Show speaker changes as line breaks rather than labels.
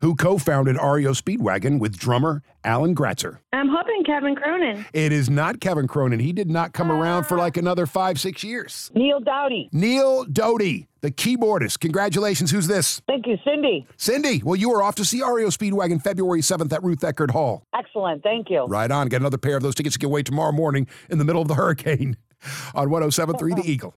who co founded REO Speedwagon with drummer Alan Gratzer.
I'm hoping Kevin Cronin.
It is not Kevin Cronin. He did not come around for like another five, six years.
Neil Dowdy.
Neil Doty, the keyboardist. Congratulations. Who's this?
Thank you, Cindy.
Cindy. Well, you are off to see REO Speedwagon February 7th at Ruth Eckerd Hall.
Excellent. Thank you.
Right on. Got another pair of those tickets to give away tomorrow morning in oh the middle of the hurricane on 1073 The Eagle.